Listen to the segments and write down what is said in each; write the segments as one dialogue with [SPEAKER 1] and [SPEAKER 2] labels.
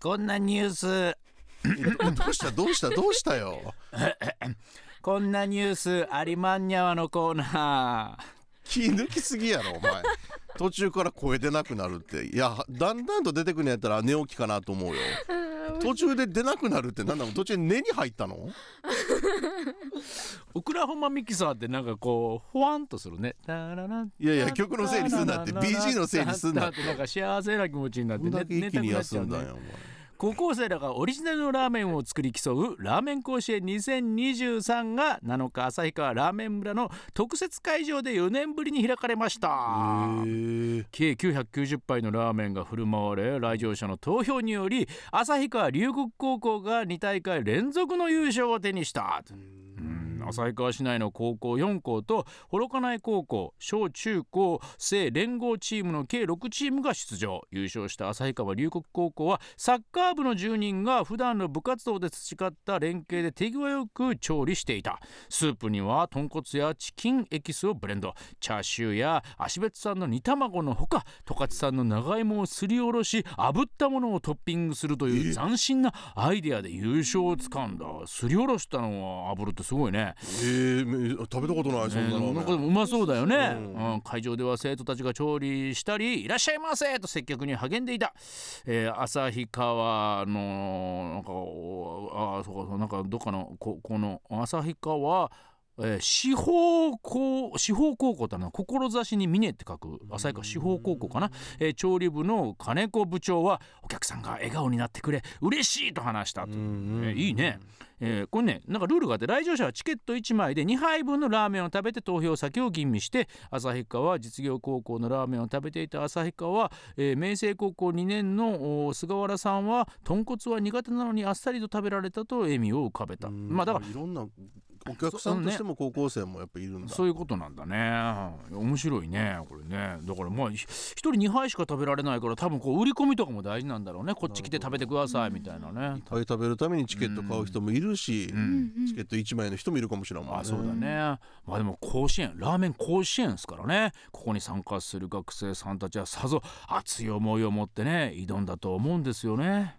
[SPEAKER 1] こんなニュース
[SPEAKER 2] どうしたどうしたどうしたよ。
[SPEAKER 1] こんなニュースありまんにゃわのコー ナ
[SPEAKER 2] 気抜きすぎやろお前。途中から声出なくなるっていやだんだんと出てくるんやったら寝起きかなと思うよ。途中で出なくなるって何なの途中で寝に入ったの
[SPEAKER 1] ーオクラホマミキサーってなんかこうほわんとするねタララン
[SPEAKER 2] いやいや曲のせいにすんなって BG のせいにすんな
[SPEAKER 1] だ
[SPEAKER 2] っ
[SPEAKER 1] っててなんか幸せな気持ちになっ
[SPEAKER 2] ど
[SPEAKER 1] て
[SPEAKER 2] んだけ一気に休んだん
[SPEAKER 1] ね
[SPEAKER 2] やお前
[SPEAKER 1] 高校生らがオリジナルのラーメンを作り競うラーメン甲子園2023が7日旭川ラーメン村の特設会場で4年ぶりに開かれました
[SPEAKER 2] へえ
[SPEAKER 1] 計990杯のラーメンが振る舞われ来場者の投票により旭川龍谷高校が2大会連続の優勝を手にしたうん旭川市内の高校4校と幌加内高校小中高生連合チームの計6チームが出場優勝した旭川龍谷高校はサッカー部の10人が普段の部活動で培った連携で手際よく調理していたスープには豚骨やチキンエキスをブレンドチャーシューや芦別産の煮卵のほか十勝産の長芋をすりおろし炙ったものをトッピングするという斬新なアイデアで優勝をつかんだすりおろしたのは炙るってすごいね
[SPEAKER 2] ええめ食べたことないそんな
[SPEAKER 1] ね
[SPEAKER 2] の、
[SPEAKER 1] なんかでもうまそうだよね、うん会場では生徒たちが調理したり「いらっしゃいませ!」と接客に励んでいた、えー、旭川のなんかおあーそうかそうなんかどっかのここの旭川えー、四方高四方高校ってあの志に峰って書く旭川四方高校かな、えー調理部の金子部長はお客さんが笑顔になってくれ嬉しいと話したと
[SPEAKER 2] うんうん
[SPEAKER 1] えーいいね、えーこれねなんかルールがあって来場者はチケット1枚で2杯分のラーメンを食べて投票先を吟味して旭川実業高校のラーメンを食べていた旭川、えー明星高校2年のおー菅原さんは豚骨は苦手なのにあっさりと食べられたと笑みを浮かべた
[SPEAKER 2] うん
[SPEAKER 1] まあだから
[SPEAKER 2] いろんなお客さんとしても高校生もやっぱいるんだ。
[SPEAKER 1] そういうことなんだね面白いねこれねだからまあひ一人2杯しか食べられないから多分こう売り込みとかも大事なんだろうねこっち来て食べてくださいみたいなね
[SPEAKER 2] いっぱい食べるためにチケット買う人もいるし、
[SPEAKER 3] うん
[SPEAKER 2] チケット1枚の人もいるかもしれないもん
[SPEAKER 1] あそうだねまあでも甲子園ラーメン甲子園ですからねここに参加する学生さんたちはさぞ熱い思いを持ってね挑んだと思うんですよね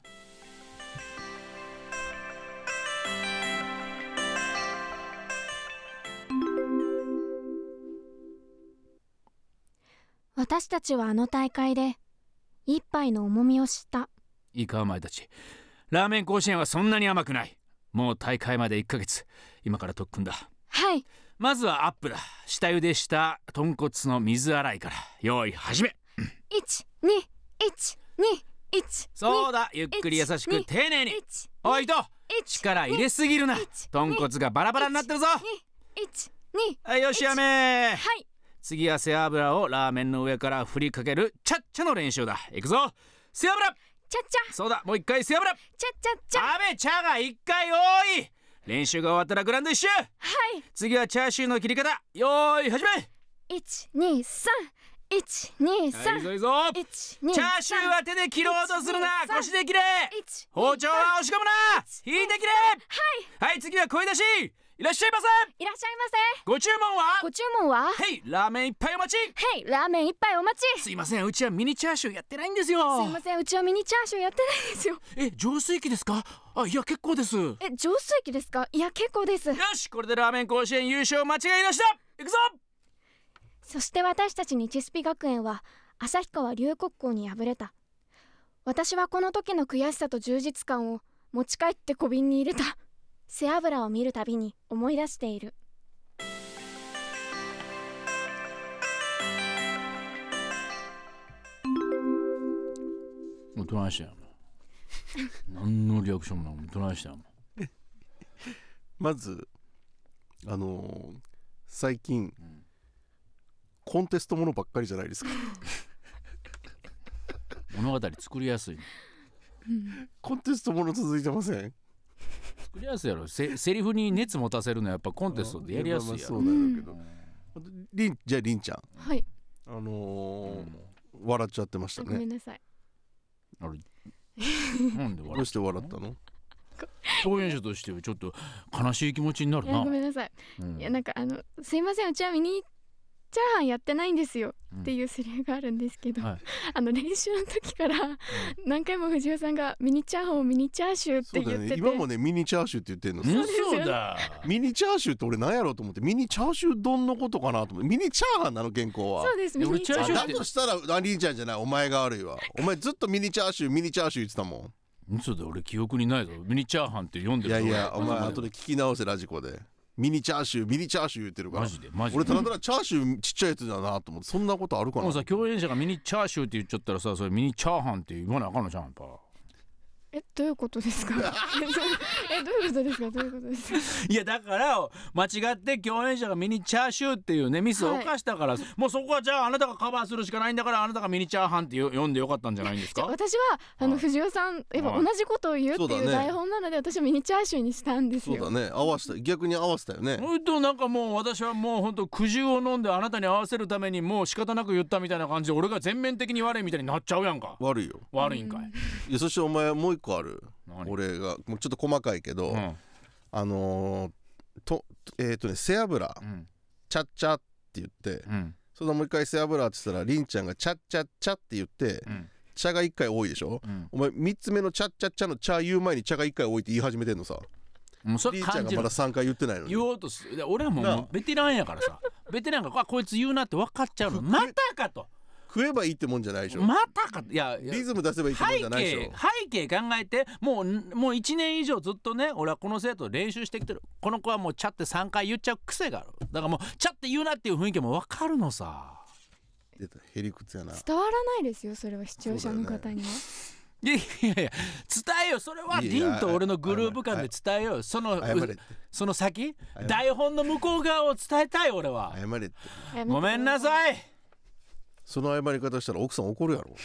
[SPEAKER 3] 私たちはあの大会で一杯の重みを知った
[SPEAKER 1] いいかお前たちラーメン甲子園はそんなに甘くないもう大会まで1ヶ月今から特訓だ
[SPEAKER 3] はい
[SPEAKER 1] まずはアップだ下茹でした豚骨の水洗いから用意始め
[SPEAKER 3] 121212
[SPEAKER 1] そうだゆっくり優しく丁寧においと力入れすぎるな豚骨がバラバラになってるぞ
[SPEAKER 3] 12
[SPEAKER 1] はいよしやめ
[SPEAKER 3] はい
[SPEAKER 1] 次は背脂をラーメンの上から振りかけるチャッチャの練習だいくぞ背脂
[SPEAKER 3] ちゃちゃ
[SPEAKER 1] そうだもう一回背脂
[SPEAKER 3] ちゃちゃちゃは
[SPEAKER 1] 阿部茶が一回多い練習が終わったらグラウンド一周
[SPEAKER 3] い
[SPEAKER 1] 次はチャーシューの切り方よーい始めはいいいぞ
[SPEAKER 3] 123123
[SPEAKER 1] いいぞチャーシューは手で切ろうとするな
[SPEAKER 3] 1 2 3
[SPEAKER 1] 腰で切れ包丁は押し込むな引いて切れはいはい次は声出しいらっしゃいませ
[SPEAKER 3] いらっしゃいませ
[SPEAKER 1] ご注文
[SPEAKER 3] ご
[SPEAKER 1] は
[SPEAKER 3] 注文は
[SPEAKER 1] はいラーメン一杯お待ち
[SPEAKER 3] はいラーメン一杯お待ちす
[SPEAKER 1] すいませんうちはミニチャーシューやってないんですよ
[SPEAKER 3] いませんうちはミニチャーシューやってないですよ
[SPEAKER 1] え浄水器ですかあいや結構ですよ
[SPEAKER 3] え浄水器ですかいや結構です
[SPEAKER 1] しこれでラーメン甲子園優勝間違いなしだ行くぞ
[SPEAKER 3] そして私たち日スピ学園は旭川龍谷校に敗れた私はこの時の悔しさと充実感を持ち帰って小瓶に入れた背脂を見るたびに思い出している
[SPEAKER 1] もうどないしたんやもう何のリアクションもなくどないしたんやもう
[SPEAKER 2] まずあのー最近、コンテストものばっかりじゃないで すか
[SPEAKER 1] 物語作りやすいね
[SPEAKER 2] コンテストもの続いてません
[SPEAKER 1] 作りやすいやろせセリフに熱持たせるのはやっぱコンテストでやりやすいや
[SPEAKER 2] まあ
[SPEAKER 1] ろ
[SPEAKER 2] まあそうだけど、りんじゃありんちゃん
[SPEAKER 3] はい
[SPEAKER 2] あのー笑っちゃってました
[SPEAKER 3] ごめ
[SPEAKER 2] ね
[SPEAKER 3] んなさい
[SPEAKER 1] あれなんで
[SPEAKER 2] ど
[SPEAKER 1] 笑
[SPEAKER 2] う
[SPEAKER 1] う
[SPEAKER 2] して笑ったの
[SPEAKER 1] 表現者としてはちょっと悲しい気持ちになる
[SPEAKER 3] いや
[SPEAKER 1] な
[SPEAKER 3] ごめんなさい
[SPEAKER 1] うん
[SPEAKER 3] いやなんかあのすいませんうちはミニチャーハンやってないんですよ」
[SPEAKER 1] うん
[SPEAKER 3] っていうセリフがあるんですけど、
[SPEAKER 1] はい
[SPEAKER 3] あの練習の時から何回も藤尾さんが「ミニチャーハンをミニチャーシュー」っ
[SPEAKER 2] そ
[SPEAKER 3] て
[SPEAKER 2] うだ
[SPEAKER 3] 言
[SPEAKER 2] よ
[SPEAKER 3] って
[SPEAKER 2] ね
[SPEAKER 3] て、
[SPEAKER 2] 今もねミニチャーシューって言ってるの
[SPEAKER 1] うん
[SPEAKER 3] ですよね
[SPEAKER 1] 嘘だ
[SPEAKER 2] ミニチャーシューって俺何やろうと思ってミニチャーシュー丼のことかなと思ってミニチャーハンなの原稿は
[SPEAKER 3] そうです
[SPEAKER 1] いや
[SPEAKER 3] ミ
[SPEAKER 1] 俺
[SPEAKER 3] ニチャー
[SPEAKER 1] チャーシュ
[SPEAKER 3] シュ
[SPEAKER 1] ー
[SPEAKER 3] ー
[SPEAKER 2] だとしたらアリーちゃんじゃないお前が悪いわお前ずっとミニチャーシューミニチャーシュー言ってたも
[SPEAKER 1] 嘘だ俺記憶にないぞミニチャーハンって読ん
[SPEAKER 2] ん
[SPEAKER 1] で
[SPEAKER 2] い
[SPEAKER 1] る
[SPEAKER 2] や
[SPEAKER 1] ぞ
[SPEAKER 2] いやお
[SPEAKER 1] 俺
[SPEAKER 2] 前後で聞き直せラジコでミニチャーシューミニチャーシュー言ってるから
[SPEAKER 1] マジでマジで
[SPEAKER 2] 俺ただただチャーシューちっちゃいやつだなと思ってそんなことあるか
[SPEAKER 1] も
[SPEAKER 2] な
[SPEAKER 1] うさ共演者がミニチャーシューって言っちゃったらさそれミニチャーハンって言わなあかんのじゃんやっぱ
[SPEAKER 3] えどういうことですかえどういうことですかどういうことですか
[SPEAKER 1] いやだから間違って共演者がミニチャーシューっていうねミスを犯したから、もうそこはじゃああなたがカバーするしかないんだからあなたがミニチャーハンってよ読んでよかったんじゃないんです
[SPEAKER 3] じゃあ
[SPEAKER 1] か
[SPEAKER 3] 私はあ
[SPEAKER 1] は
[SPEAKER 3] の
[SPEAKER 1] い
[SPEAKER 3] 藤尾さんやっぱ
[SPEAKER 1] は
[SPEAKER 3] 同
[SPEAKER 1] い
[SPEAKER 3] じことを言うって
[SPEAKER 2] そう
[SPEAKER 3] い
[SPEAKER 2] だ
[SPEAKER 3] う
[SPEAKER 2] ね
[SPEAKER 3] 台本なので私はミニチャーシューにしたんです
[SPEAKER 2] そうだ
[SPEAKER 3] よ。
[SPEAKER 2] ね合わせた逆に合わせたよね
[SPEAKER 1] それとなんかもう私はもう本当苦渋を飲んであなたに合わせるためにもう仕方なく言ったみたいな感じで俺が全面的に悪いみたいになっちゃうやんか
[SPEAKER 2] 悪いよ
[SPEAKER 1] 悪いんかい
[SPEAKER 2] いやそしてお前もう一個ある
[SPEAKER 1] 何
[SPEAKER 2] 俺がもうちょっと細かいけど、
[SPEAKER 1] うん
[SPEAKER 2] あのーとえっ、とね背脂
[SPEAKER 1] うん
[SPEAKER 2] チャッチャって言って
[SPEAKER 1] うん
[SPEAKER 2] そのもう一回背脂って言ったらりんちゃんがチャッチャッチャって言って
[SPEAKER 1] うん
[SPEAKER 2] 茶が一回多いでしょ
[SPEAKER 1] うん
[SPEAKER 2] お前三つ目のチャッチャッチャの茶言う前に茶が一回多いって言い始めてんのさ
[SPEAKER 1] もうそれ
[SPEAKER 2] りんちゃん
[SPEAKER 1] 感
[SPEAKER 2] が
[SPEAKER 1] じ
[SPEAKER 2] ま
[SPEAKER 1] る
[SPEAKER 2] だ三回言ってないのに
[SPEAKER 1] 言おうとすで俺はもう
[SPEAKER 2] なあ
[SPEAKER 1] もうベテランやからさベテランがあこいつ言うなって分かっちゃうのまたかと
[SPEAKER 2] 食えばいいってもんじゃないでしょ
[SPEAKER 1] またかといやいや
[SPEAKER 2] リズム出せばいいってもんじ
[SPEAKER 1] 背
[SPEAKER 2] ゃないでしょ
[SPEAKER 1] 景背景考えてもうもう1年以上ずっとね俺はこの生徒と練習してきてるこの子はもう「ちゃ」って3回言っちゃう癖があるだからもう「ちゃ」って言うなっていう雰囲気も分かるのさ
[SPEAKER 2] 出たへりくつやな
[SPEAKER 3] 伝わらないですよそれは視聴者の方には。。
[SPEAKER 1] いやいやいや伝えようそれはい
[SPEAKER 2] や
[SPEAKER 1] リンと俺のグループ間で伝えようその
[SPEAKER 2] 謝れって
[SPEAKER 1] その先
[SPEAKER 2] 謝れ
[SPEAKER 1] 台本の向こう側を伝えたい俺は
[SPEAKER 2] 謝れって
[SPEAKER 1] ごめんないさい
[SPEAKER 2] その謝り方したら奥さん怒るやろ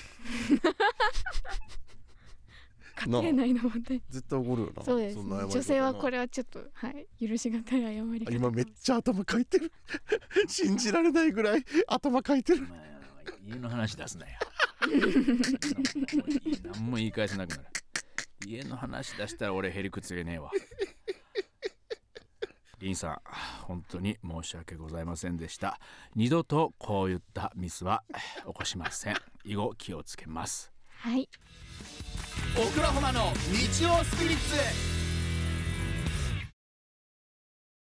[SPEAKER 2] なあ
[SPEAKER 3] 家庭内の問題。
[SPEAKER 2] 絶対怒るよな
[SPEAKER 3] そうです、
[SPEAKER 2] ん
[SPEAKER 3] ね
[SPEAKER 2] な謝り方な
[SPEAKER 3] 女性はこれはちょっとはい許しがたい謝り
[SPEAKER 2] あ
[SPEAKER 3] 方。
[SPEAKER 2] 今めっちゃ頭かいてる 信じられないぐらい頭かいてる
[SPEAKER 1] まあ家の話出すなよ。何も言い返せなくなる。家の話出したら俺へりくつげねえわ。リンさん、本当に申し訳ございませんでした。二度とこういったミスは起こしません。以後気をつけます。
[SPEAKER 3] はい。
[SPEAKER 1] オクラホマの日曜スピリッツ。